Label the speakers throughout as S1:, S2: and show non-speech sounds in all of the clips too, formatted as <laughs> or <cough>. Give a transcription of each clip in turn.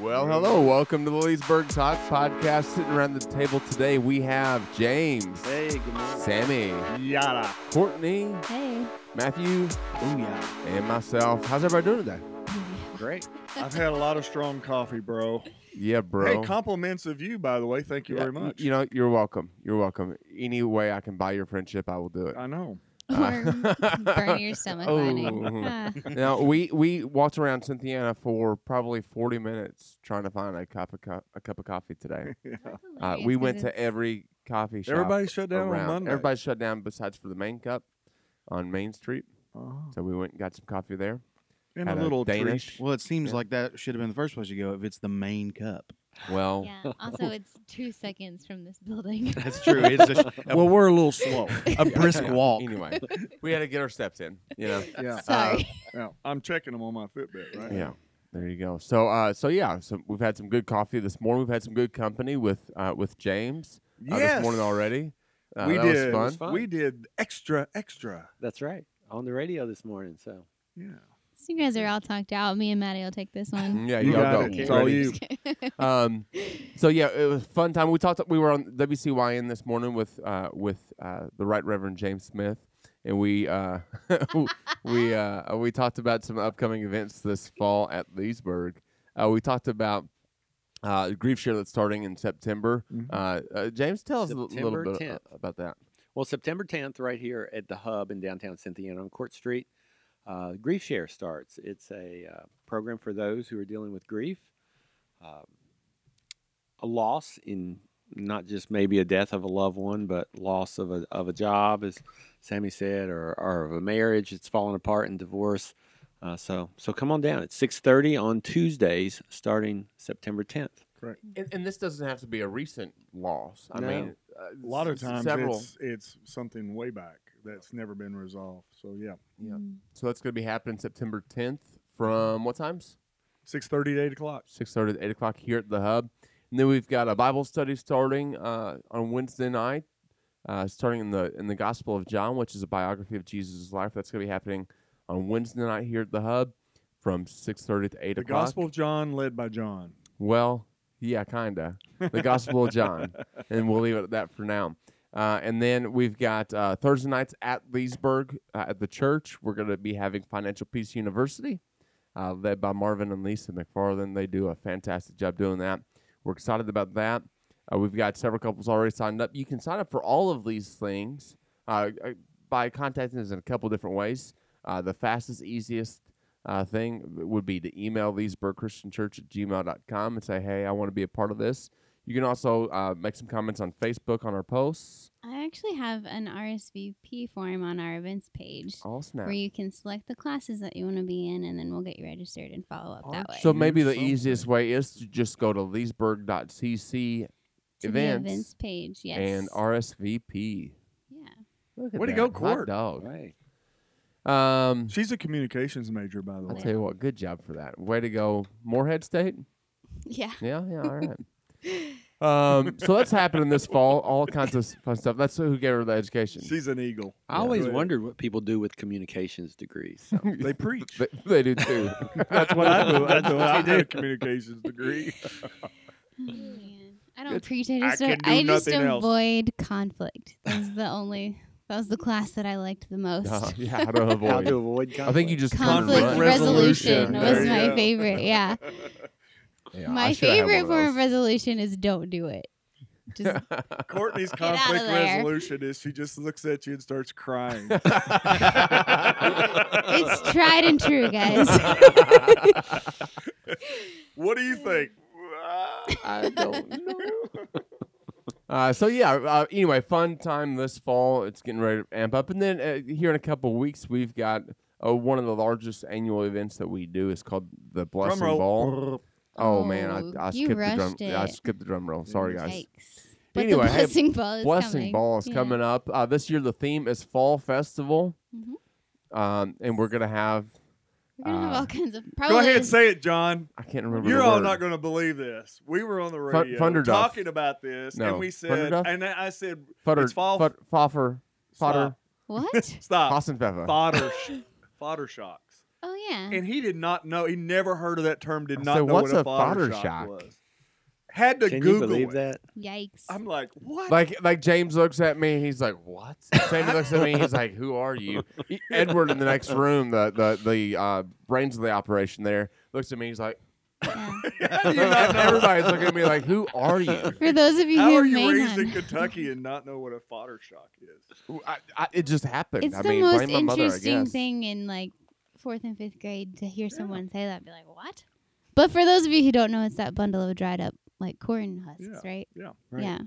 S1: Well, hello. Welcome to the Leesburg Talk Podcast. Sitting around the table today, we have James,
S2: Hey, good morning.
S1: Sammy,
S2: Yada.
S1: Courtney, <laughs>
S3: Hey. <laughs>
S1: Matthew,
S2: Ooh, yeah.
S1: and myself. How's everybody doing today?
S2: Great.
S1: <laughs>
S4: I've had a lot of strong coffee, bro.
S1: Yeah, bro.
S4: Hey, compliments of you, by the way. Thank you
S1: Yeah,
S4: very much.
S1: You know, you're welcome. You're welcome. Any way I can buy your friendship, I will do it.
S4: I know.
S3: Or burn your stomach
S1: Oh.
S3: lining. <laughs> Ah,
S1: now we we walked around Cynthiana for probably 40 minutes trying to find a cup of co- a cup of
S4: <laughs>
S1: coffee today.
S3: that's
S1: Uh,
S3: hilarious
S1: we
S3: 'cause
S1: went to
S3: it's-
S1: every coffee shop.
S4: Everybody shut down
S1: around.
S4: on Monday.
S1: Everybody shut down besides for the main cup on Main Street.
S4: Oh.
S1: So we went and got some coffee there.
S4: And a
S1: Had
S4: little
S1: Danish.
S2: Well, it seems
S1: Yeah.
S2: like that should have been the first place you go if it's the main cup.
S1: Well, <laughs>
S3: Yeah. Also, it's two seconds from this building. <laughs>
S2: That's true. It's a, <laughs>
S4: treat. Well, we're a little slow.
S2: a brisk
S1: yeah. <laughs>
S2: walk.
S1: Anyway, we had to get our steps in. You know.
S4: yeah.
S3: Sorry.
S4: yeah. I'm checking them on my Fitbit, right?
S1: <laughs> Yeah. Oh, There you go. So, uh, so yeah, so we've had some good coffee this morning. We've had some good company with uh, with James uh,
S4: Yes.
S1: this morning already. Uh,
S4: we
S1: that
S4: did.
S1: Was fun.
S5: fun.
S4: We did extra, extra.
S5: That's right. On the radio this morning. So
S4: Yeah.
S3: So <laughs> you guys are all talked out. Me and Maddie will take this
S1: <laughs>
S3: one.
S1: Mm, Yeah,
S4: You
S1: y'all
S4: got
S1: go.
S4: it. It's
S5: Ready.
S4: all you.
S1: um, so yeah, it was a fun time. We talked. We were on WCYN this morning with uh, with uh, the Right Reverend James Smith, and we uh, <laughs> we uh, we talked about some upcoming events this fall at Leesburg. Uh, we talked about uh, grief share that's starting in September.
S4: Mhm.
S1: Uh, uh, James, tell us a l- little
S5: September
S1: bit
S5: 10th.
S1: a- about that.
S5: Well, September 10th, right here at the Hub in downtown Cynthia and on Court Street, uh, Grief Share starts. It's a uh, program for those who are dealing with grief, um, a loss in not just maybe a death of a loved one, but loss of a, of a job, as Sammy said, or, or of a marriage that's fallen apart and divorce. Uh, so, so come on down. It's 6:30 on Tuesdays, starting September 10th.
S1: And, and this doesn't have to be a recent loss. I
S5: No.
S1: mean, uh,
S4: A lot of
S1: s-
S4: times
S1: several.
S4: it's it's something way back that's never been resolved. So yeah.
S1: Yeah.
S3: Mm.
S1: So that's going to be happening September 10th from what times?
S4: Six thirty to eight o'clock.
S1: six thirty to eight o'clock here at the hub. And then we've got a Bible study starting uh, on Wednesday night, uh, starting in the in the Gospel of John, which is a biography of Jesus' life. That's going to be happening on Wednesday night here at the hub from six thirty to eight
S4: The
S1: o'clock.
S4: Gospel of John led by John.
S1: Well, yeah, kinda. The Gospel of John, and we'll leave it at that for now. Uh, and then we've got uh, Thursday nights at Leesburg uh, at the church. We're going to be having Financial Peace University, uh, led by Marvin and Lisa McFarland. They do a fantastic job doing that. We're excited about that. Uh, we've got several couples already signed up. You can sign up for all of these things uh, uh, by contacting us in a couple different ways. Uh, the fastest, easiest uh, thing would be to email leesburgchristianchurch at gmail.com and say, hey, I want to be a part of this. You can also uh, make some comments on Facebook on our posts.
S3: I actually have an RSVP form on our events page
S1: All snap.
S3: where you can select the classes that you want to be in, and then we'll get you registered and follow up that way.
S1: So
S4: Do
S1: maybe the
S4: something.
S1: easiest way is to just go to leesburg.cc events
S3: To the events page, yes.
S1: and RSVP.
S3: yeah.
S1: Look at
S4: Way to
S1: that.
S4: go,
S1: Hot
S4: Court.
S1: dog.
S5: Right.
S1: Um,
S4: She's a communications major, by the
S1: I'll
S4: way.
S1: tell you what, good job for that. Way to go, Moorhead State.
S3: Yeah. <laughs>
S1: Yeah, yeah, all <laughs> right. Um, so that's happening this fall. All kinds of fun stuff. That's who gave her the education.
S4: She's an eagle.
S5: I
S1: Yeah.
S5: always
S4: Go ahead.
S5: wondered what people do with communications degrees. so.
S4: <laughs> They preach.
S1: They, they do <laughs> too.
S4: That's what I do. I do. I did a communications <laughs> degree.
S3: Oh, man. I don't
S4: It's-
S3: preach. I
S4: I
S3: just,
S4: can
S3: don't-
S4: do
S3: I just
S4: nothing else.
S3: avoid conflict. That was the only. That was the class that I liked the most.
S1: Uh, yeah, I don't
S5: How to
S1: avoid.
S5: avoid
S1: I think you just kind of
S3: Conflict
S1: run.
S4: Resolution.
S3: resolution, was
S4: There you
S3: my
S4: go.
S3: favorite. Yeah,
S1: Yeah, I
S3: my
S1: should have
S3: favorite
S1: had one
S3: form
S1: of
S3: of resolution is don't do it. Just
S4: <laughs>
S1: <laughs>
S4: Courtney's
S3: out of
S4: conflict
S3: there.
S4: resolution is she just looks at you and starts <laughs> crying.
S3: it's tried and
S1: <laughs>
S3: true, guys.
S4: what do you
S1: <laughs>
S4: think?
S5: I don't know.
S1: Uh, so yeah. Uh, anyway, fun time this fall. It's getting ready to amp up, and then uh, here in a couple weeks we've got uh, one of the largest annual events that we do. It's called the Blessing
S4: Drum roll.
S1: <laughs> Ball. Oh, man,
S3: Oh,
S1: I, I
S3: you
S1: skipped the drum.
S3: rushed
S1: I
S3: it.
S1: skipped the drum roll. Sorry guys.
S3: Yikes. But
S1: Anyway,
S3: the
S1: hey,
S3: blessing ball is
S1: Blessing
S3: coming.
S1: Ball is
S3: Yeah.
S1: coming up. Uh, this year the theme is Fall Festival,
S3: Mhm.
S1: um, and we're gonna have.
S3: We're gonna have
S1: Uh,
S3: all kinds of. Probably
S4: Go ahead, say it, John.
S1: I can't remember.
S4: You're
S1: the
S4: all
S1: word.
S4: not going to believe this. We were on the
S1: Fun-
S4: radio
S1: Thunderduff.
S4: talking about this,
S1: No,
S4: and we said,
S1: Thunderduff?
S4: and I said,
S1: Futter,
S4: It's fall- Uh,
S1: fut- Foffer. Fodder.
S4: stop, <laughs>
S3: what?
S4: stop,
S1: Fossenpfeffer.
S4: fodder, sh- fodder shocks.
S3: Oh yeah.
S6: and he did not know. He never heard of that term. Did
S1: I
S6: not
S1: said,
S6: know
S1: "What's
S6: what a
S1: a fodder
S6: fodder,
S1: shock?"
S6: shock was. Had to
S5: Can you
S6: Google
S5: believe
S6: it.
S5: that?
S3: Yikes.
S6: I'm like, what?
S1: Like like James looks at me, he's like, "What?" Sammy looks at me, he's like, "Who are you?"
S4: <laughs>
S1: E- Edward in the next room, the the the uh, brains of the operation there, looks at me, he's like,
S3: yeah.
S6: <laughs> How do you not know?
S1: <laughs> everybody's looking at me like, "Who are you?"
S3: For those of you
S6: How
S3: who
S6: are you
S3: may
S6: raised
S3: not,
S6: in
S3: <laughs>
S6: Kentucky and not know what a fodder shock is?
S1: I, I, it just happened.
S3: it's
S1: I
S3: the
S1: mean,
S3: most
S1: blame my mother, I
S3: interesting
S1: guess.
S3: thing in like fourth and fifth grade to hear someone say that, and be like, what? But for those of you who don't know, it's that bundle of dried up like corn husks,
S6: Yeah,
S3: right?
S6: yeah,
S5: right.
S3: Yeah.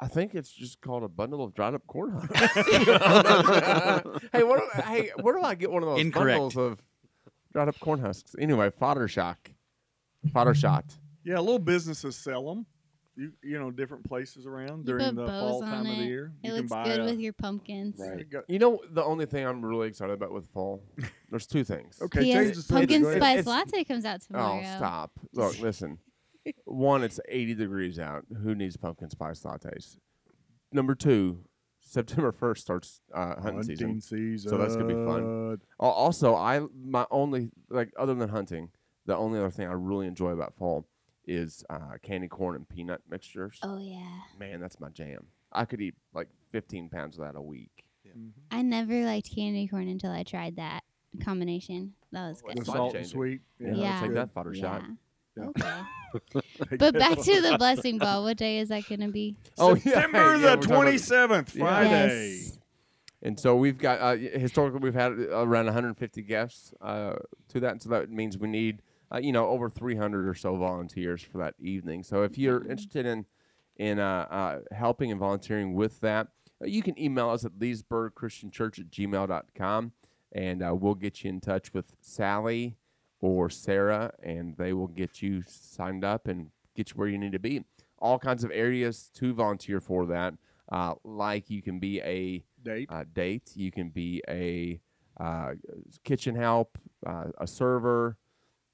S1: I think it's just called a bundle of dried up corn
S4: <laughs>
S1: <laughs>
S5: <laughs>
S1: husks. hey, what? do- Hey, where do I get one of those
S2: Incorrect.
S1: bundles of dried up corn husks? Anyway, fodder shock, fodder shot.
S6: Yeah, little businesses sell them. You, you know, different places around during
S3: put
S6: the
S3: bows
S6: fall
S3: on
S6: time of the
S3: it.
S6: year.
S3: It
S6: you can
S3: looks
S6: buy <laughs>
S3: good
S6: a,
S3: with your pumpkins.
S5: Right.
S6: you got-
S1: You know, the only thing I'm really excited about with fall, there's two things.
S6: Okay,
S3: P.S.
S6: change the subject.
S3: pumpkin
S6: Go ahead.
S3: spice
S1: It's-
S3: latte comes out
S1: Oh,
S3: tomorrow.
S1: stop! Look, listen. One, it's 80 degrees out. Who needs pumpkin spice lattes? Number two, September 1st starts uh, hunting, season. So that's gonna be fun. Al- Also, I my only like other than hunting, the only other thing I really enjoy about fall is uh, candy corn and peanut mixtures.
S3: Oh yeah.
S1: Man, that's my jam. I could eat like 15 pounds of that a week.
S6: Mm-hmm.
S3: I never liked candy corn until I tried that combination. That was
S1: Oh,
S3: good.
S1: it's
S4: The
S1: That's
S4: salt
S1: life-changing.
S4: and sweet.
S1: let's
S3: Yeah.
S6: <laughs>
S1: take that fodder
S3: yeah.
S1: shot.
S6: Yeah.
S1: <laughs>
S3: Okay.
S6: Take that
S3: But back
S6: one.
S3: to the blessing ball. What day is that going to be?
S1: Oh, yeah,
S6: September
S1: yeah, we're
S6: the
S1: talking about-
S6: twenty seventh,
S1: Yeah.
S6: Friday.
S3: Yes.
S1: And so we've got uh, y- historically we've had uh, around 150 guests uh, to that, and so that means we need uh, you know over 300 or so volunteers for that evening. So if you're interested in in uh, uh, helping and volunteering with that, uh, you can email us at leesburgchristianchurch at gmail.com, and uh, we'll get you in touch with Sally or Sarah, and they will get you signed up and get you where you need to be. All kinds of areas to volunteer for that, uh, like you can be a
S6: Date.
S1: uh, date. You can be a uh, kitchen help, uh, a server,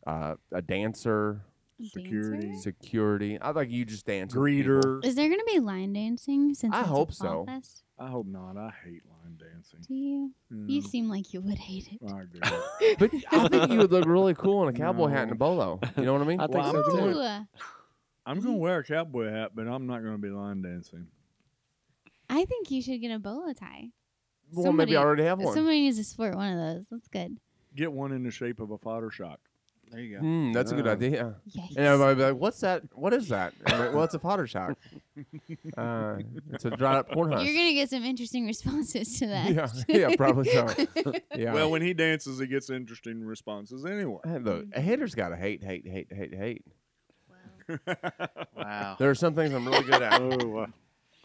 S1: uh, a dancer,
S4: Security.
S3: Dancer?
S1: security. I like you just dance. with people.
S4: Greeter.
S3: Is there going to be line dancing since
S1: I
S3: it's a
S1: hope so.
S3: fall fest?
S4: I hope not. I hate line
S3: <laughs>
S4: dancing.
S3: Do you?
S4: No.
S1: Mm.
S3: You seem like you would hate it.
S4: I agree.
S1: But I think you would look really cool <laughs> in a cowboy hat and a
S4: No.
S1: bolo. You know what I mean?
S5: I think
S6: Wow.
S5: so too.
S6: Ooh.
S3: Ooh,
S4: I'm gonna wear a cowboy hat, but I'm not gonna be line dancing.
S3: I think you should get a bolo tie.
S1: well, maybe I already have one.
S3: Somebody needs to sport one of those. That's good.
S4: Get one in the shape of a fodder shock.
S2: There you go.
S1: Hmm, that's a good
S5: Yeah.
S1: idea.
S3: Yikes.
S1: And everybody be like, "What's that? What is that?" I'm like, well, it's a fodder <laughs> shock. Uh, it's a dried up corn husk.
S3: You're going to get some interesting <laughs> responses to that.
S1: yeah,
S3: <laughs>
S1: yeah, <laughs> probably so. Yeah.
S6: Well, when he dances, he gets interesting responses
S4: <laughs>
S1: <laughs>
S6: anyway.
S1: Hey, look, a hater's got to hate, hate, hate, hate, hate.
S2: Wow.
S1: There are some things I'm really good at.
S6: Oh, uh,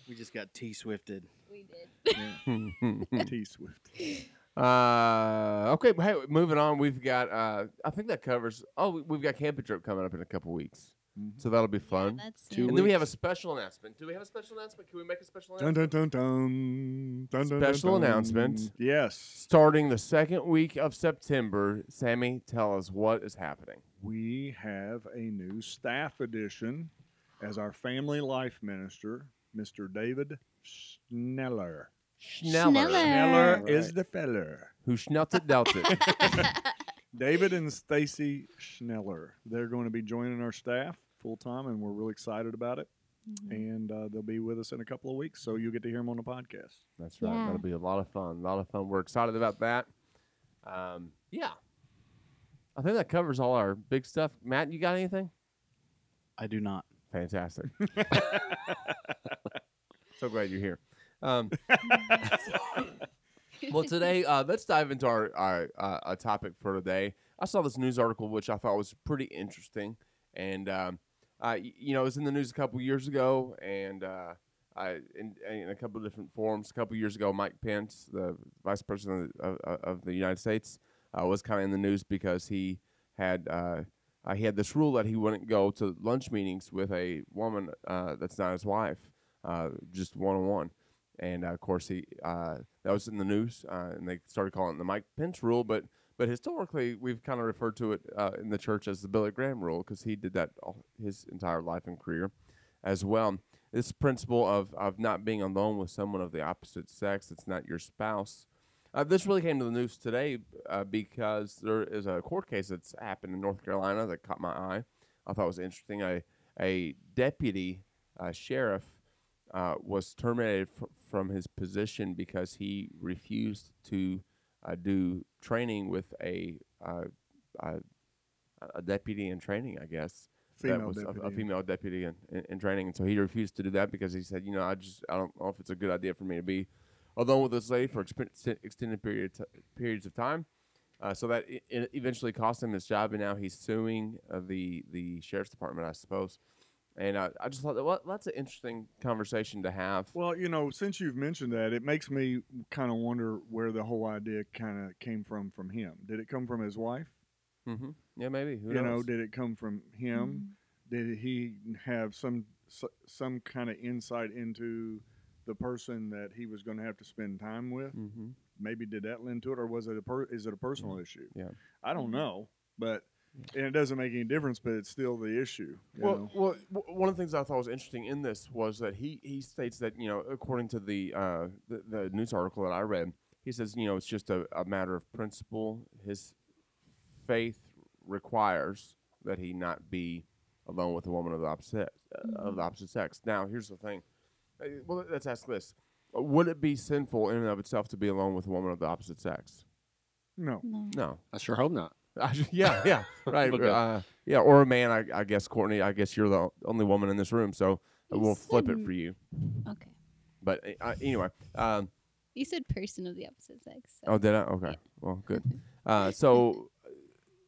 S2: We just got T swifted.
S3: we did.
S6: T Swift.
S1: <laughs> Uh, okay, but hey, moving on. We've got. Uh, I think that covers. Oh, we- we've got camping trip coming up in a couple weeks,
S4: Mhm.
S1: so that'll be <laughs> fun.
S3: <laughs> That's
S5: Two
S1: and
S3: it.
S1: then we have a special announcement. Do we have a special announcement? Can we make a special
S4: Dun,
S1: announcement?
S4: dun, dun, dun. Dun, dun, dun,
S1: Special
S4: dun.
S1: announcement.
S4: Yes,
S1: Starting the second week of September, Sammy, tell us what is happening.
S4: we have a new staff addition as our family life minister, Mr. David Schneller.
S1: Schneller,
S3: Schneller.
S4: Schneller
S5: Right.
S4: is the feller.
S1: who schnelt it, dealt
S4: <laughs>
S1: it.
S4: David and Stacy Schneller. They're going to be joining our staff full time, and we're really excited about it.
S1: Mm-hmm.
S3: <laughs>
S4: And uh, they'll be with us in a couple of weeks, so you'll get to hear them on the podcast.
S1: <laughs> That's right.
S3: Yeah.
S1: That'll be a lot of fun. A lot of fun. We're excited about that. Um, yeah. I think that covers all our big stuff. Matt, you got anything?
S2: I do not.
S1: Fantastic. <laughs> so glad you're here. Um, <laughs> well,
S3: <laughs>
S1: today, uh, let's dive into our, our uh, a topic for today. I saw this news article, which I thought was pretty interesting. And, um, uh, y- you know, it was in the news a couple years ago and uh, I, in, in a couple of different forums. A couple years ago, Mike Pence, the vice president of the, of, of the United States, uh, was kind of in the news because he had. Uh, uh, he had this rule that he wouldn't go to lunch meetings with a woman uh, that's not his wife, uh, just one on one. And uh, of course, he uh, that was in the news, uh, and they started calling it the Mike Pence rule. But but historically, we've kind of referred to it uh, in the church as the Billy Graham rule because he did that all his entire life and career, as well. This principle of of not being alone with someone of the opposite sex that's not your spouse Uh, this really came to the news today uh, because there is a court case that's happened in North Carolina that caught my eye. I thought it was interesting. A, a deputy uh, sheriff uh, was terminated fr- from his position because he refused to uh, do training with a, uh, uh, a deputy in training, I guess
S4: Female
S1: that was a-
S4: deputy.
S1: A, female deputy in, in, in training, and so he refused to do that because he said, you know, I just I don't know if it's a good idea for me to be alone with this lady for expe- ext- extended period t- periods of time. Uh, so that i it eventually cost him his job, and now he's suing uh, the the sheriff's department, I suppose. And I, I just thought that well, that's an interesting conversation to have.
S4: Well, you know, since you've mentioned that, it makes me kind of wonder where the whole idea kind of came from from him. Did it come from his wife?
S1: hmm Yeah, maybe. Who
S4: you know,
S1: knows? Mm-hmm.
S4: did it come from him? Did he have some s- some kind of insight into the person that he was going to have to spend time with?
S1: hmm
S4: Maybe did that lend to it, or was it a per- is it a personal issue?
S1: Yeah.
S4: I don't know, but and it doesn't make any difference. But it's still the issue. you
S1: Well,
S4: know?
S1: well, w- one of the things I thought was interesting in this was that he, he states that you know, according to the, uh, the the news article that I read, he says you know it's just a, a matter of principle. His faith requires that he not be alone with a woman of the opposite uh, of the opposite sex. Now, here's the thing. Uh, Well, let's ask this: Uh, Would it be sinful in and of itself to be alone with a woman of the opposite sex?
S4: no,
S3: No.
S1: No.
S5: I sure hope not.
S1: yeah, yeah, right.
S5: Okay.
S1: Uh, yeah, or a man. I, I guess Courtney. I guess you're the only woman in this room, so
S3: You
S1: we'll flip it
S3: said-
S1: for you.
S3: Okay.
S1: But uh, uh, anyway, um,
S3: You said person of the opposite sex. so-
S1: oh, did I? Okay, well, good.
S3: Mm-hmm. <laughs>
S1: Uh, so,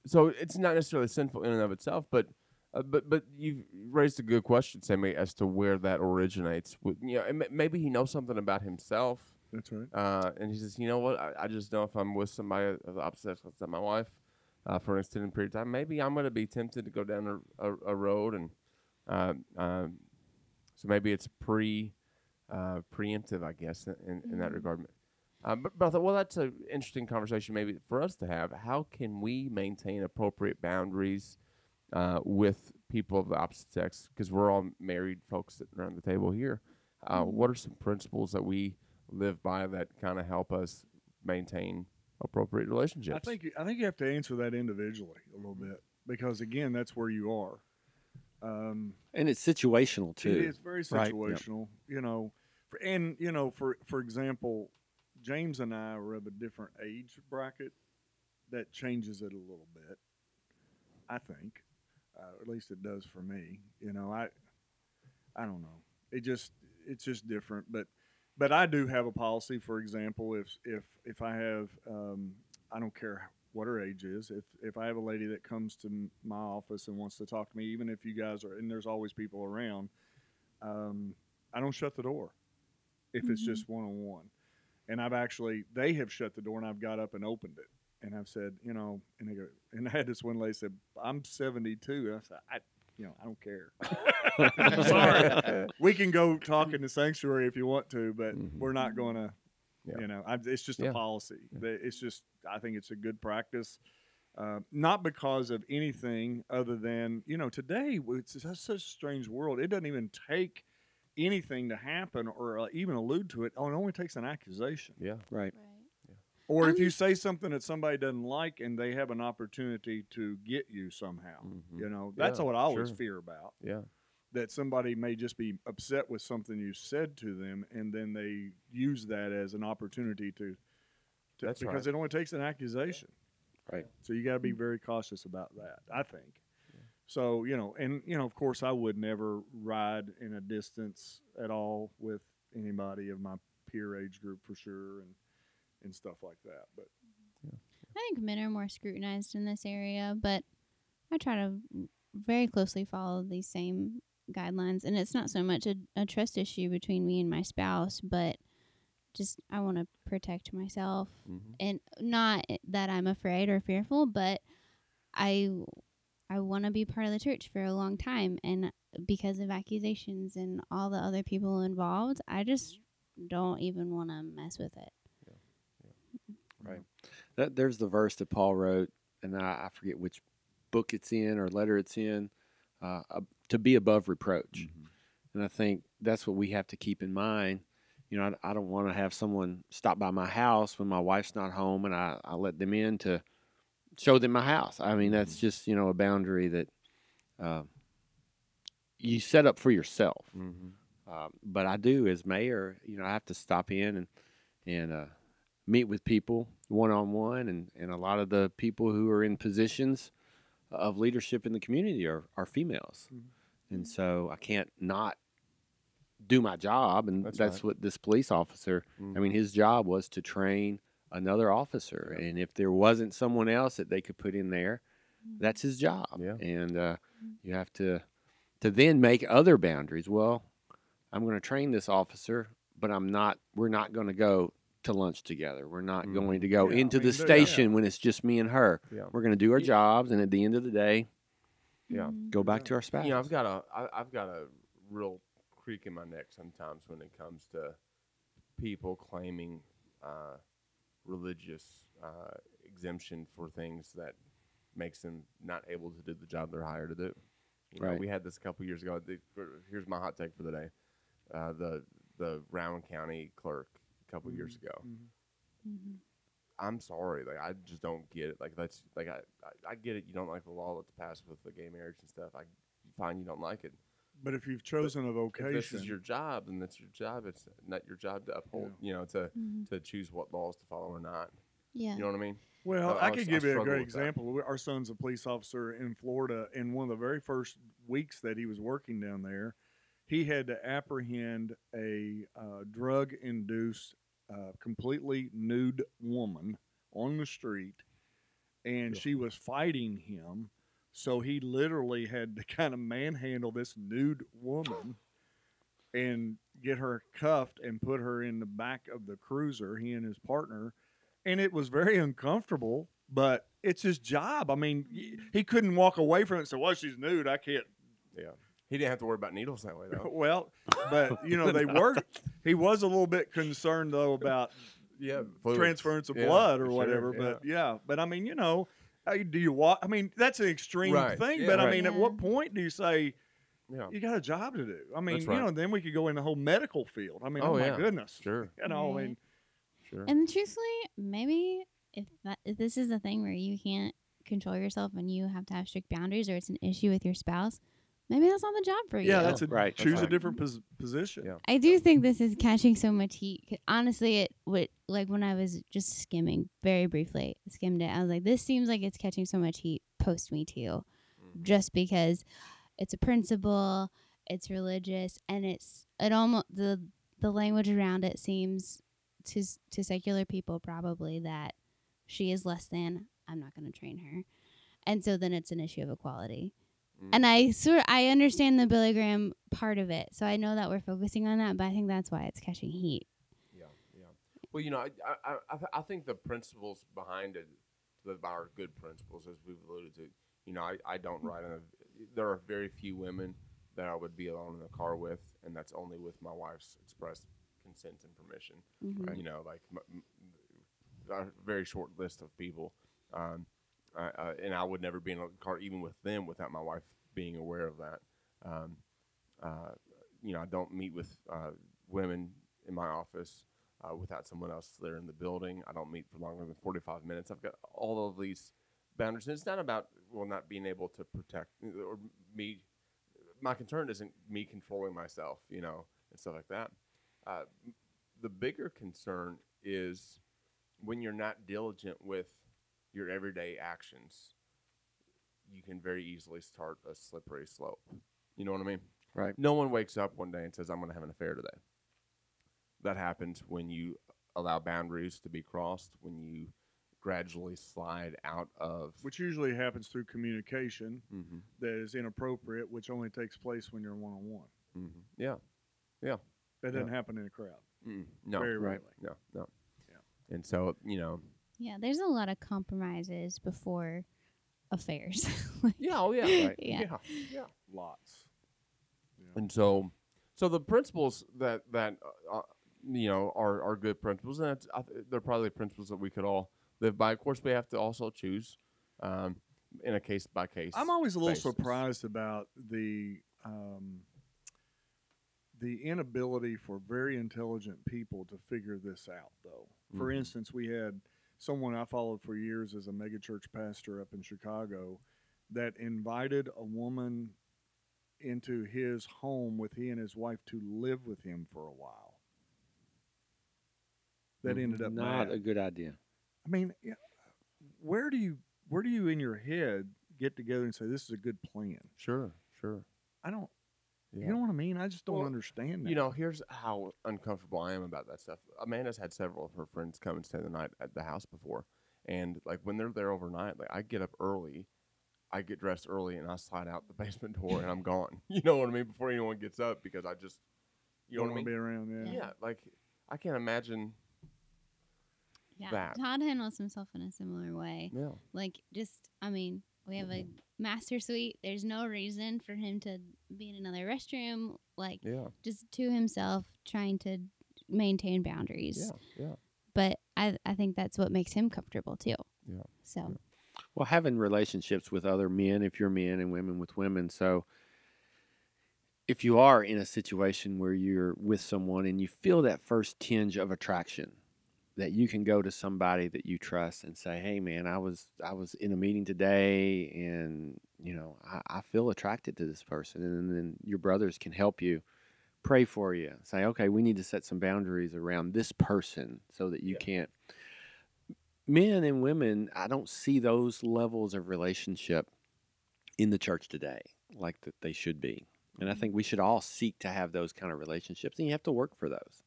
S1: so it's not necessarily sinful in and of itself, but uh, but but you raised a good question, Sammy, as to where that originates. Would- You know, and ma- maybe he knows something about himself,
S4: that's right.
S1: uh, and he says, you know what? I, I just know if I'm with somebody of the opposite sex, like my wife, uh, for an extended period of time, maybe I'm going to be tempted to go down a, a, a road, and uh, um, so maybe it's pre uh, preemptive, I guess, in, in, in that
S3: Mhm.
S1: regard. Uh, but, but I thought, well, that's an interesting conversation maybe for us to have. How can we maintain appropriate boundaries uh, with people of the opposite sex? Because we're all married folks sitting around the table here. Uh,
S5: Mm-hmm.
S1: What are some principles that we live by that kind of help us maintain appropriate relationships?
S4: I think you- I think you have to answer that individually a little bit because again, that's where you are. Um,
S5: And it's situational too.
S4: It is very
S5: Right. Yep.
S4: situational, you know. For, and you know, for for example, James and I are of a different age bracket. That changes it a little bit, I think. Uh, at least it does for me. You know, I I don't know. It just it's just different. But but I do have a policy. For example, if if if I have um, I don't care what her age is. If if I have a lady that comes to m- my office and wants to talk to me, even if you guys are and there's always people around, um, I don't shut the door if it's
S3: Mhm.
S4: just one on one. And I've actually they have shut the door and I've got up and opened it. And I've said, you know, and they go, and I had this one lady said, "I'm 72." And I said, "I, you know, I don't care.
S1: <laughs>
S4: I'm sorry. we can go talk in the sanctuary if you want to, but
S1: Mhm.
S4: we're not going to.
S1: Yeah.
S4: You know, I, it's just
S1: Yeah.
S4: a policy.
S1: Yeah.
S4: They- It's just I think it's a good practice, uh, not because of anything other than you know today w- it's such such a strange world. It doesn't even take anything to happen or uh, even allude to it. Oh, it only takes an accusation.
S1: yeah.
S3: Right.
S5: right.
S4: Or if
S3: I'm-
S4: you say something that somebody doesn't like and they have an opportunity to get you somehow,
S1: Mhm.
S4: you know, that's
S1: Yeah,
S4: what I always
S1: sure.
S4: fear about.
S1: Yeah.
S4: That somebody may just be upset with something you said to them and then they use that as an opportunity to, to
S1: That's
S4: because it only takes an accusation.
S5: Right.
S4: So you got to be very cautious about that, I think. So, you know, and, you know, of course, I would never ride in a distance at all with anybody of my peer age group for sure and, and stuff like that. But,
S3: I think men are more scrutinized in this area, but I try to very closely follow these same guidelines. And it's not so much a, a trust issue between me and my spouse, but just I want to protect myself.
S1: Mhm.
S3: And not that I'm afraid or fearful, but I. I want to be part of the church for a long time, and because of accusations and all the other people involved, I just don't even want to mess with it.
S5: That, there's the verse that Paul wrote, and I, I forget which book it's in or letter it's in,
S1: Mm-hmm.
S5: uh, ab- to be above reproach. And I think that's what we have to keep in mind you know, I, I don't want to have someone stop by my house when my wife's not home and I, I let them in to show them my house. I mean, that's just, you know, a boundary that uh, you set up for yourself.
S1: Mm-hmm.
S5: Um, but I do as mayor, you know, I have to stop in and and uh, meet with people one on one, and and a lot of the people who are in positions of leadership in the community are are females,
S4: Mhm.
S5: and so I can't not do my job, and
S1: That's
S5: that's, what this police officer. I mean, his job was to train another officer, and if there wasn't someone else that they could put in there, that's his job,
S1: Yeah.
S5: and uh, you have to to then make other boundaries. Well, I'm going to train this officer, but I'm not. We're not going to go to lunch together. We're not
S1: Mhm.
S5: going to go
S4: Yeah, I
S5: into
S4: mean,
S5: the
S4: there- yeah.
S5: station when it's just me and her.
S1: Mm-hmm. Yeah.
S5: We're going to do our
S1: Yeah.
S5: jobs, and at the end of the day,
S1: Yeah.
S3: Mhm.
S5: go back to our spouse.
S1: You know, I've got a, I, I've got a real creak in my neck sometimes when it comes to people claiming uh, religious uh, exemption for things that makes them not able to do the job they're hired to do. You know,
S5: Right.
S1: we had this a couple years ago. The, for- here's my hot take for the day: uh, the the Round County clerk a couple years ago.
S4: Mm-hmm.
S3: Mhm.
S1: I'm sorry, like I just don't get it. Like that's like I, I, I get it. You don't like the law that's passed with the gay marriage and stuff. I fine, you don't like it.
S4: But if you've chosen a
S1: If
S4: vocation,
S1: this is your job, then that's your job. It's not your job to uphold. You know, to
S3: Mhm.
S1: to choose what laws to follow or not.
S3: Yeah.
S1: You know what I mean?
S4: Well,
S1: I
S4: I,
S1: always-
S4: could give
S1: I
S4: you a
S1: struggle
S4: great
S1: with that.
S4: example. We- Our son's a police officer in Florida, and one of the very first weeks that he was working down there, he had to apprehend a uh, drug induced, uh, completely nude woman on the street, and
S1: Yeah.
S4: she was fighting him. So he literally had to <laughs> kind of manhandle this nude woman and get her cuffed and put her in the back of the cruiser, he and his partner. And it was very uncomfortable, but it's his job. I mean, y- he couldn't walk away from it and say, well, she's nude. I can't.
S1: He didn't have to worry about needles that way though.
S4: Well, but, you know, they were. He was a little bit concerned, though, about
S1: yeah,
S4: Mm. transference of
S1: Yeah,
S4: blood or
S1: for sure,
S4: whatever.
S1: yeah.
S4: But yeah, but I mean, you know, uh, do you walk? I mean, that's an extreme
S1: Right,
S4: thing.
S1: yeah,
S4: but I
S1: right.
S4: mean, at
S3: Yeah.
S4: what point do you say
S1: yeah,
S4: you got a job to do? I mean,
S1: That's right.
S4: you know, then we could go in the whole medical field. I mean, oh,
S1: Oh,
S4: my
S1: yeah.
S4: goodness.
S1: sure,
S4: You know, I
S3: Right.
S4: mean,
S1: sure.
S3: And truthfully, maybe if, that, if this is the thing where you can't control yourself and you have to have strict boundaries or it's an issue with your spouse, maybe that's not the job for
S4: yeah,
S3: you.
S4: that's a
S5: right.
S4: choose
S1: right.
S4: a different pos- position.
S1: Yeah.
S3: I do think this is catching so much heat. 'Cause Honestly, it would like when I was just skimming very briefly, skimmed it. I was like, this seems like it's catching so much heat post Me Too, just because it's a principle, it's religious, and it's it almost the the language around it seems to s- to secular people probably that she is less than. I'm not going to train her, and so then it's an issue of equality.
S1: Mm.
S3: And I sort I understand the Billy Graham part of it, so I know that we're focusing on that, but I think that's why it's catching heat.
S1: Yeah, yeah. Well, you know, I, I, I, I- I think the principles behind it that are good principles, as we've alluded to. You know, I, I don't ride in a. There are very few women that I would be alone in a car with, and that's only with my wife's express consent and permission.
S3: Mm-hmm.
S1: You know, like m- m- a very short list of people, um, I, uh, and I would never be in a car even with them without my wife being aware of that. Um, uh, you know, I don't meet with uh, women in my office uh, without someone else there in the building. I don't meet for longer than 45 minutes. I've got all of these boundaries. And it's not about, well, not being able to protect or me. My concern isn't me controlling myself, you know, and stuff like that. Uh, m- the bigger concern is when you're not diligent with your everyday actions, you can very easily start a slippery slope. You know what I mean?
S5: Right.
S1: No one wakes up one day and says, I'm going to have an affair today. That happens when you allow boundaries to be crossed, when you gradually slide out of.
S4: Which usually happens through communication
S1: Mm-hmm.
S4: that is inappropriate, which only takes place when you're one on one.
S1: Mm-hmm. Yeah.
S4: That doesn't
S1: Yeah.
S4: happen in a crowd.
S1: Mm. No.
S4: very
S5: right.
S4: rarely.
S1: No. No.
S4: Yeah.
S1: And so, you know.
S3: Yeah, there's a lot of compromises before affairs. <laughs> Like,
S1: Yeah. Oh, yeah.
S3: right.
S1: Yeah.
S3: Yeah.
S1: Yeah.
S4: Lots.
S1: And so, so the principles that that uh, uh, you know are are good principles, and that's, I th- they're probably principles that we could all live by. Of course, we have to also choose um, in a case by case.
S4: I'm always a little
S1: basis.
S4: surprised about the um, the inability for very intelligent people to figure this out, though. For
S1: Mhm.
S5: Mm-hmm.
S4: instance, we had someone I followed for years as a megachurch pastor up in Chicago that invited a woman into his home with he and his wife to live with him for a while. That ended up
S5: Not
S4: bad.
S5: a good idea.
S4: I mean, yeah, where do you where do you in your head get together and say this is a good plan?
S1: Sure, sure.
S4: I don't.
S1: Yeah.
S4: You know what I mean? I just don't
S1: Well,
S4: understand that.
S1: You know, here's how uncomfortable I am about that stuff. Amanda's had several of her friends come and stay the night at the house before, and like when they're there overnight, like I get up early, I get dressed early, and I slide out the <laughs> basement door and I'm gone. <laughs> You know what I mean? Before anyone gets up, because I just, you know
S4: don't
S1: what I
S4: want to
S1: mean?
S4: be around. Yeah.
S1: yeah. like I can't imagine.
S3: Yeah.
S1: That.
S3: Todd handles himself in a similar way.
S1: Yeah,
S3: Like, just, I mean, we have a master suite. There's no reason for him to be in another restroom. Like,
S1: yeah,
S3: just to himself, trying to maintain boundaries.
S1: yeah, yeah.
S3: But I, I think that's what makes him comfortable, too.
S1: Yeah.
S3: So,
S5: Well, having relationships with other men, if you're men, and women with women. So, if you are in a situation where you're with someone and you feel that first tinge of attraction, that you can go to somebody that you trust and say, "Hey, man, I was I was in a meeting today, and you know, I, I feel attracted to this person," and then your brothers can help you. Pray for you. Say, okay, we need to set some boundaries around this person so that you can't men and women, I don't see those levels of relationship in the church today like that they should be. And I
S2: Mm-hmm.
S5: think we should all seek to have those kind of relationships, and you have to work for those.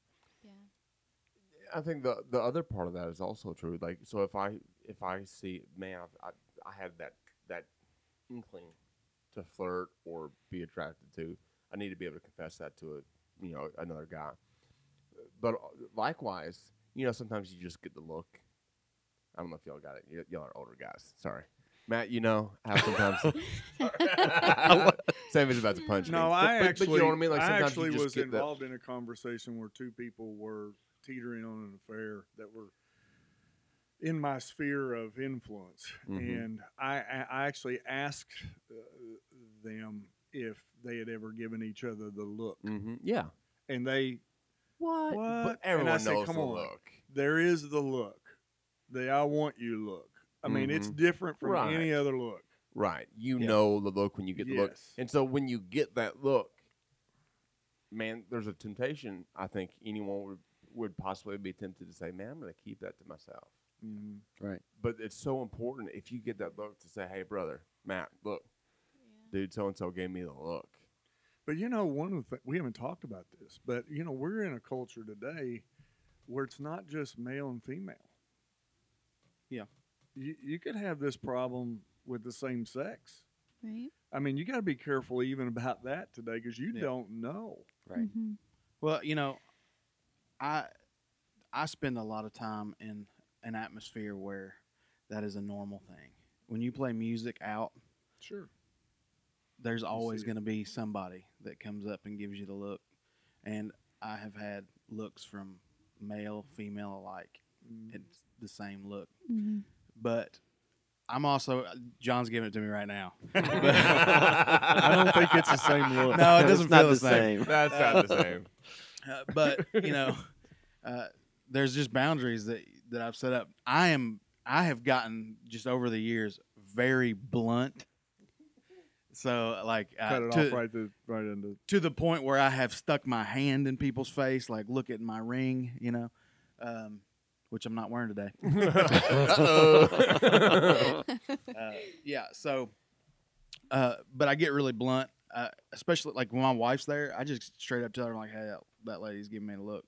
S1: I think the the other part of that is also true. Like, so if I if I see man, I I, I had that that inkling to flirt or be attracted to, I need to be able to confess that to a you know another guy. But uh, likewise, you know, sometimes you just get the look. I don't know if y'all got it. Y- y'all are older guys. Sorry, Matt. You know
S4: <laughs>
S1: how sometimes. <laughs> Sorry. Sammy's about to punch me.
S4: No, I
S1: but,
S4: actually.
S1: But you know what I mean? Like
S4: I
S1: sometimes
S4: actually
S1: you just
S4: was
S1: get that-
S4: involved in a conversation where two people were teetering on an affair that were in my sphere of influence,
S1: Mhm.
S4: and I, I I actually asked uh, them if they had ever given each other the look,
S1: Mhm, Yeah.
S4: and they
S1: What?
S4: What? And
S1: But
S4: I
S1: everyone
S4: said,
S1: knows
S4: "Come
S1: the
S4: on."
S1: look.
S4: there is the look, the I want you look. I mean, it's
S1: Mhm.
S4: different from
S1: Right.
S4: any other look.
S1: Right. You
S5: Yeah.
S1: know the look when you get the look.
S4: Yes.
S1: And so when you get that look, man, there's a temptation. I think anyone would, would possibly be tempted to say, man, I'm going to keep that to myself.
S4: Mhm.
S1: But it's so important if you get that look to say, hey, brother, Matt, look, dude, so and so gave me
S4: <laughs>
S1: the look.
S4: But you know, one of the we haven't talked about this, but you know, we're in a culture today where it's not just male and female.
S2: Yeah.
S4: you, you could have this problem with the same sex.
S3: right.
S4: I mean, you got to be careful even about that today because you
S2: Yeah.
S4: don't know.
S5: Right.
S3: Mhm.
S2: Well, you know, I I spend a lot of time in an atmosphere where that is a normal thing. When you play music out,
S4: Sure,
S2: there's always
S4: it.
S2: going to be somebody that comes up and gives you the look. And I have had looks from male, female alike.
S4: Mm-hmm.
S2: It's the same look.
S3: Mhm.
S2: But I'm also uh, John's giving it to me right now.
S4: <laughs> I don't think it's the
S5: <laughs>
S4: same look.
S2: No, it
S5: It's
S2: doesn't
S5: not
S2: feel
S5: the
S2: the same.
S5: same.
S1: That's not
S4: <laughs>
S1: the same.
S2: Uh, but you know, uh, there's just boundaries that that I've set up. I am I have gotten just over the years very blunt. So like uh,
S4: Cut it
S2: to,
S4: off right to right into.
S2: to the point where I have stuck my hand in people's face, like look at my ring, you know, um, which I'm not wearing today.
S1: Uh-oh. <laughs>
S2: uh, yeah. So, uh, but I get really blunt, uh, especially like when my wife's there. I just straight up tell her like, "Hey, that, that lady's giving me a look,"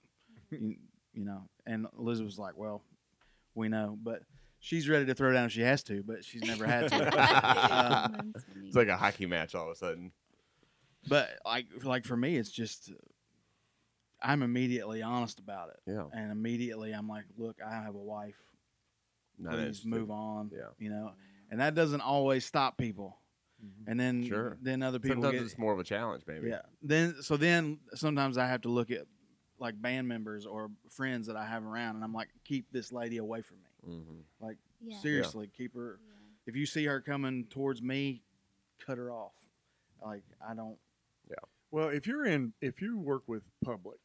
S2: you, you know. And Elizabeth's like, "Well, we know," but she's ready to throw down if she has to, but she's never had
S3: <laughs>
S2: to. Uh,
S3: That's
S1: <laughs> <laughs>
S3: funny.
S1: it's like a hockey match all of a sudden.
S2: but like, like for me, it's just I'm immediately honest about it,
S1: Yeah.
S2: and immediately I'm like, "Look, I have a wife.
S1: Not
S2: Please
S1: interested.
S2: move on."
S1: Yeah.
S2: You know, and that doesn't always stop people.
S4: mm-hmm.
S2: And then,
S1: Sure.
S2: then other people
S1: Sometimes
S2: get,
S1: it's more of a challenge, maybe.
S2: Yeah. Then so then sometimes I have to look at like band members or friends that I have around, and I'm like, keep this lady away from me.
S1: Mm-hmm.
S3: yeah.
S2: Seriously, keep her.
S3: Yeah.
S2: If you see her coming towards me, cut her off. Like I don't.
S4: Well, if you're in, if you work with public,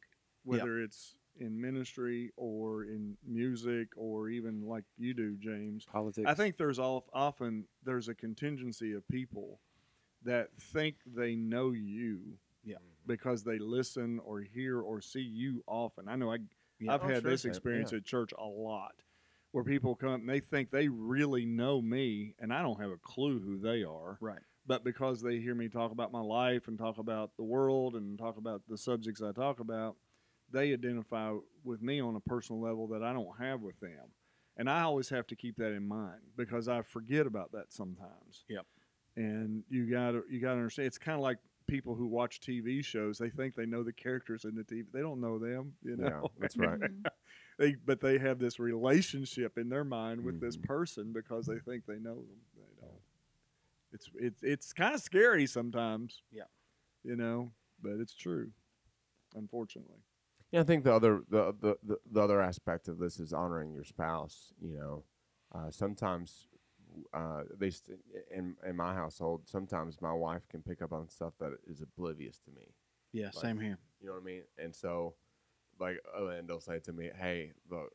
S2: Yeah.
S4: whether it's in ministry or in music or even like you do, James,
S5: Politics.
S4: I think there's all, often there's a contingency of people that think they know you,
S2: Yeah.
S1: Mm-hmm.
S4: because they listen or hear or see you often. I know I,
S2: Yeah.
S4: I've
S1: Oh,
S4: had
S1: sure.
S4: this
S1: Yeah.
S4: experience at church a lot, where people come and they think they really know me, and I don't have a clue who they are
S2: Right.
S4: but because they hear me talk about my life and talk about the world and talk about the subjects I talk about, they identify with me on a personal level that I don't have with them. And I always have to keep that in mind because I forget about that sometimes.
S2: Yep.
S4: And you got to you got to understand it's kind of like people who watch TV shows, they think they know the characters in the TV. They don't know them, you know.
S1: Yeah,
S2: <laughs>
S1: that's right.
S3: Mhm.
S4: They but they have this relationship in their mind with this
S1: Mhm.
S4: person because they think they know them. They don't. It's it's it's kind of scary sometimes.
S2: Yeah.
S4: You know, but it's true. Unfortunately.
S1: Yeah, I think the other the, the, the, the other aspect of this is honoring your spouse. You know, uh, sometimes uh, at least in in my household, sometimes my wife can pick up on stuff that is oblivious to me.
S2: Yeah.
S1: Like-
S2: same here.
S1: You know what I mean? And so, like, oh, and they'll say to me, "Hey, look,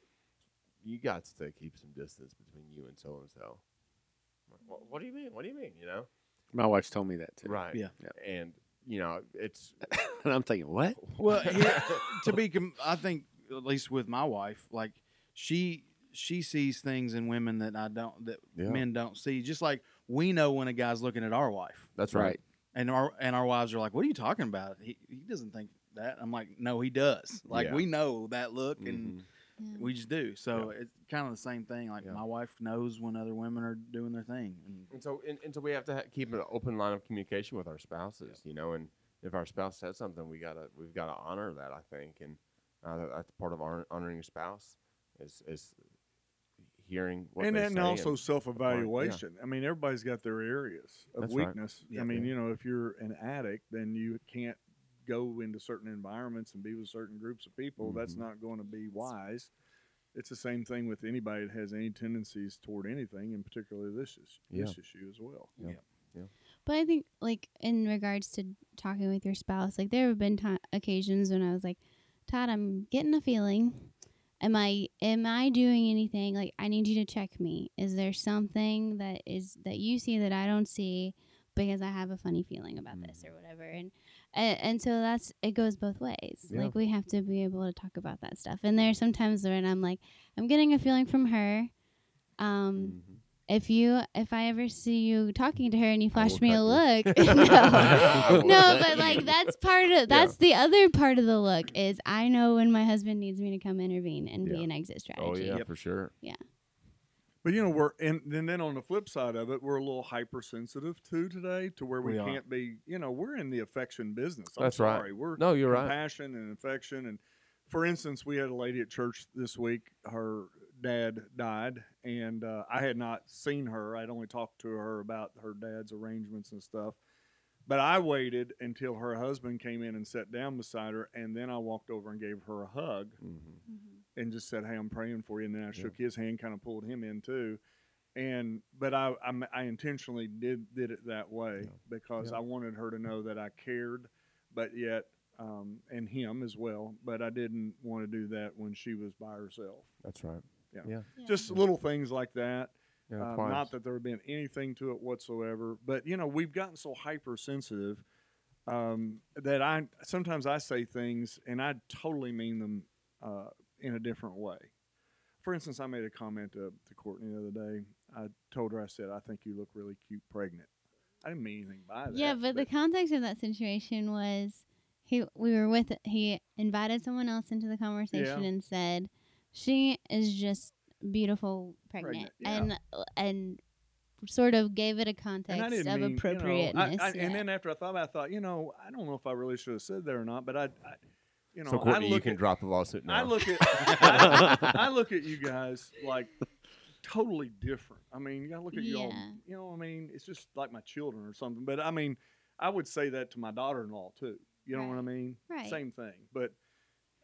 S1: you got to keep some distance between you and so and so." What, what do you mean? What do you mean? You know,
S5: My wife's told me that too.
S1: right?
S2: Yeah.
S5: Yeah.
S1: And you know, it's
S5: <laughs> and I'm thinking, what?
S2: Well,
S1: <laughs>
S2: here, to be, com- I think at least with my wife, like she she sees things in women that I don't that
S1: Yeah.
S2: men don't see. Just like we know when a guy's looking at our wife,
S1: that's right.
S2: and our and our wives are like, "What are you talking about? He he doesn't think that." I'm like, "No, he does. Like
S1: Yeah.
S2: we know that look, and
S1: Mhm.
S3: Yeah.
S2: we just do." So it's kind of the same thing. Like
S1: Yeah.
S2: my wife knows when other women are doing their thing, and
S1: And so, and, and so we have to ha- keep an open line of communication with our spouses, you know. And if our spouse says something, we gotta we've gotta honor that. I think, and uh, that- that's part of honor- honoring your spouse is is hearing what
S4: and
S1: they
S4: and
S1: say
S4: also
S1: and-
S4: self evaluation. I mean, everybody's got their areas of
S1: That's right.
S4: weakness.
S2: Yeah.
S4: I mean, you know, if you're an addict, then you can't go into certain environments and be with certain groups of people. That's
S1: Mhm.
S4: not going to be wise. It's the same thing with anybody that has any tendencies toward anything, and particularly this is
S1: Yeah.
S4: this issue as well.
S1: Yeah.
S3: But I think, like, in regards to talking with your spouse, like, there have been ti occasions when I was like, Todd, I'm getting a feeling. Am I am I doing anything? Like, I need you to check me. Is there something that is that you see that I don't see? Because I have a funny feeling about this or whatever, and and, and so that's it goes both ways.
S1: Yeah.
S3: Like we have to be able to talk about that stuff. And there are sometimes when I'm like, I'm getting a feeling from her. Um,
S1: Mhm.
S3: if you if I ever see you talking to her and you
S1: will
S3: flash me a look, <laughs>
S1: cut you. <laughs> I
S4: <laughs>
S3: no,
S1: will
S3: no,
S1: cut <laughs>
S3: but
S1: you.
S3: like that's part of that's the other part of the look is I know when my husband needs me to come intervene and
S1: Yeah.
S3: be an exit
S1: oh
S3: strategy.
S1: yeah for sure
S4: But you know, we're and, and then on the flip side of it, we're a little hypersensitive too today, to where we,
S2: We are.
S4: can't be. You know, we're in the affection business. I'm
S1: That's right.
S4: sorry. We're
S1: <laughs> no you're right
S4: compassion and affection. And for instance, we had a lady at church this week. Her dad died, and uh, I had not seen her. I'd only talked to her about her dad's arrangements and stuff. But I waited until her husband came in and sat down beside her, and then I walked over and gave her a hug
S1: Mhm.
S4: and just said, "Hey, I'm praying for you." And then I shook his hand, kind of pulled him in too. And but I I, m- I intentionally did did it that way
S1: Yeah.
S4: because
S1: Yeah.
S4: I wanted her to know that I cared, but yet um, and him as well. But I didn't want to do that when she was by herself.
S1: that's right
S4: Just little things like that.
S1: yeah,
S4: Um,
S1: twice.
S4: not that there would been anything to it whatsoever, but you know we've gotten so hypersensitive um, that I sometimes I say things and I totally mean them uh, in a different way. For instance, I made a comment to, to Courtney the other day. I told her I said I think you look really cute pregnant. I didn't mean anything by that.
S3: Yeah, but the context of that situation was he we were with he invited someone else into the conversation and said she is just beautiful pregnant,
S4: Pregnant,
S3: and and sort of gave it a context
S4: and I didn't
S3: of
S4: mean,
S3: appropriateness.
S4: You know, I- I-
S3: yeah.
S4: And then after I thought about, it, I thought, you know, I don't know if I really should have said that or not, but I, I you know,
S1: so Courtney
S4: I look
S1: you can
S4: at,
S1: drop the lawsuit now
S4: I look at
S1: <laughs>
S4: I, look at you guys like totally different. I mean, you gotta look at you all.
S3: Yeah.
S4: You know, what I mean, it's just like my children or something. But I mean, I would say that to my daughter-in-law too. You know what I mean?
S3: Right.
S4: Same thing. But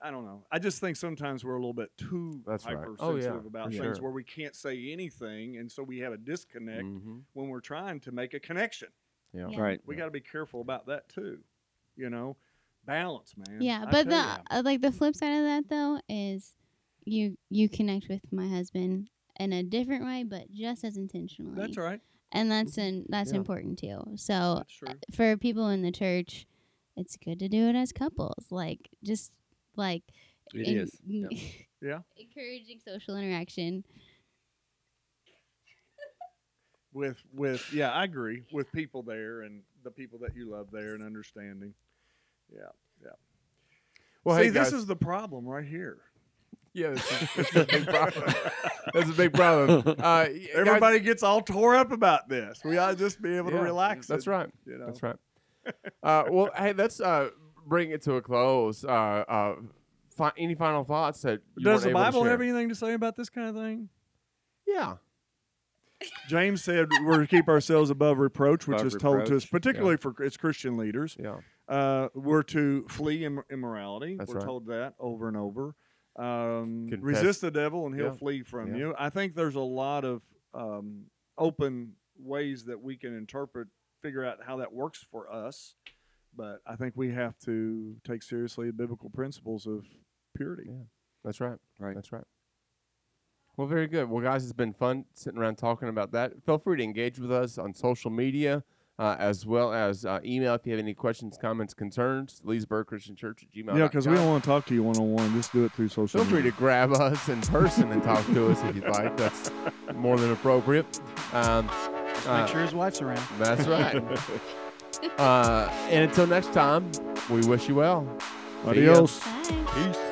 S4: I don't know. I just think sometimes we're a little bit too
S1: That's right.
S4: hypersensitive
S1: Oh, yeah,
S4: about
S1: for
S4: things
S1: sure.
S4: where we can't say anything, and so we have a disconnect
S1: Mhm.
S4: when we're trying to make a connection.
S1: yeah
S3: Yeah.
S5: Right.
S4: We got to be careful about that too. You know, balance, man.
S3: Yeah,
S4: I
S3: but the
S4: tell ya.
S3: uh, like the flip side of that though is you you connect with my husband in a different way, but just as intentionally.
S4: that's right. Mm-hmm.
S3: And that's in, that's
S4: Yeah.
S3: important too. So
S4: That's true.
S3: for people in the church, it's good to do it as couples. Like just like
S5: It
S3: en-
S5: is.
S3: <laughs>
S5: Yeah.
S4: Yeah.
S3: Encouraging social interaction.
S4: With with yeah, I agree with people there and the people that you love there and understanding. Yeah, yeah.
S1: Well,
S4: See,
S1: hey guys.
S4: this is the problem right here.
S1: yeah, this <laughs> is, this is a big problem. That's a
S4: <laughs>
S1: big problem. Uh, y- guys-
S4: Everybody gets all tore up about this. We ought to just be able
S1: Yeah,
S4: to relax.
S1: That's
S4: it,
S1: right.
S4: You know? <laughs>
S1: That's right. Uh, well, hey, let's uh, bring it to a close. Uh, uh, fi- any final thoughts that you
S4: Does
S1: weren't
S4: the
S1: able to
S4: Bible
S1: share?
S4: have anything to say about this kind of thing?
S1: Yeah.
S4: James said we're to keep ourselves above reproach, which
S5: Above
S4: is told to us,
S5: reproach,
S4: particularly for its Christian leaders.
S1: Yeah.
S4: Uh, we're to flee Im- immorality.
S1: That's
S4: we're
S1: right.
S4: told that over and over. Um,
S1: Confess.
S4: resist the devil, and he'll
S1: Yeah.
S4: flee from
S1: Yeah.
S4: you. I think there's a lot of um, open ways that we can interpret, figure out how that works for us. But I think we have to take seriously the biblical principles of purity.
S1: Yeah. That's right.
S5: Right.
S1: That's right. Well, very good. Well, guys, it's been fun sitting around talking about that. Feel free to engage with us on social media uh, as well as uh, email if you have any questions, comments, concerns. Leesburg Christian Church at gmail.
S4: Yeah, because we don't want to talk to you one on one. Just do it through social.
S1: Feel free
S4: media.
S1: to grab us in person and talk to us if you'd like. That's more than appropriate. Um,
S2: Just
S1: uh,
S2: make sure his wife's around.
S1: That's right. uh, and until next time, we wish you well. See ya.
S4: Adios.
S3: Bye.
S4: Peace.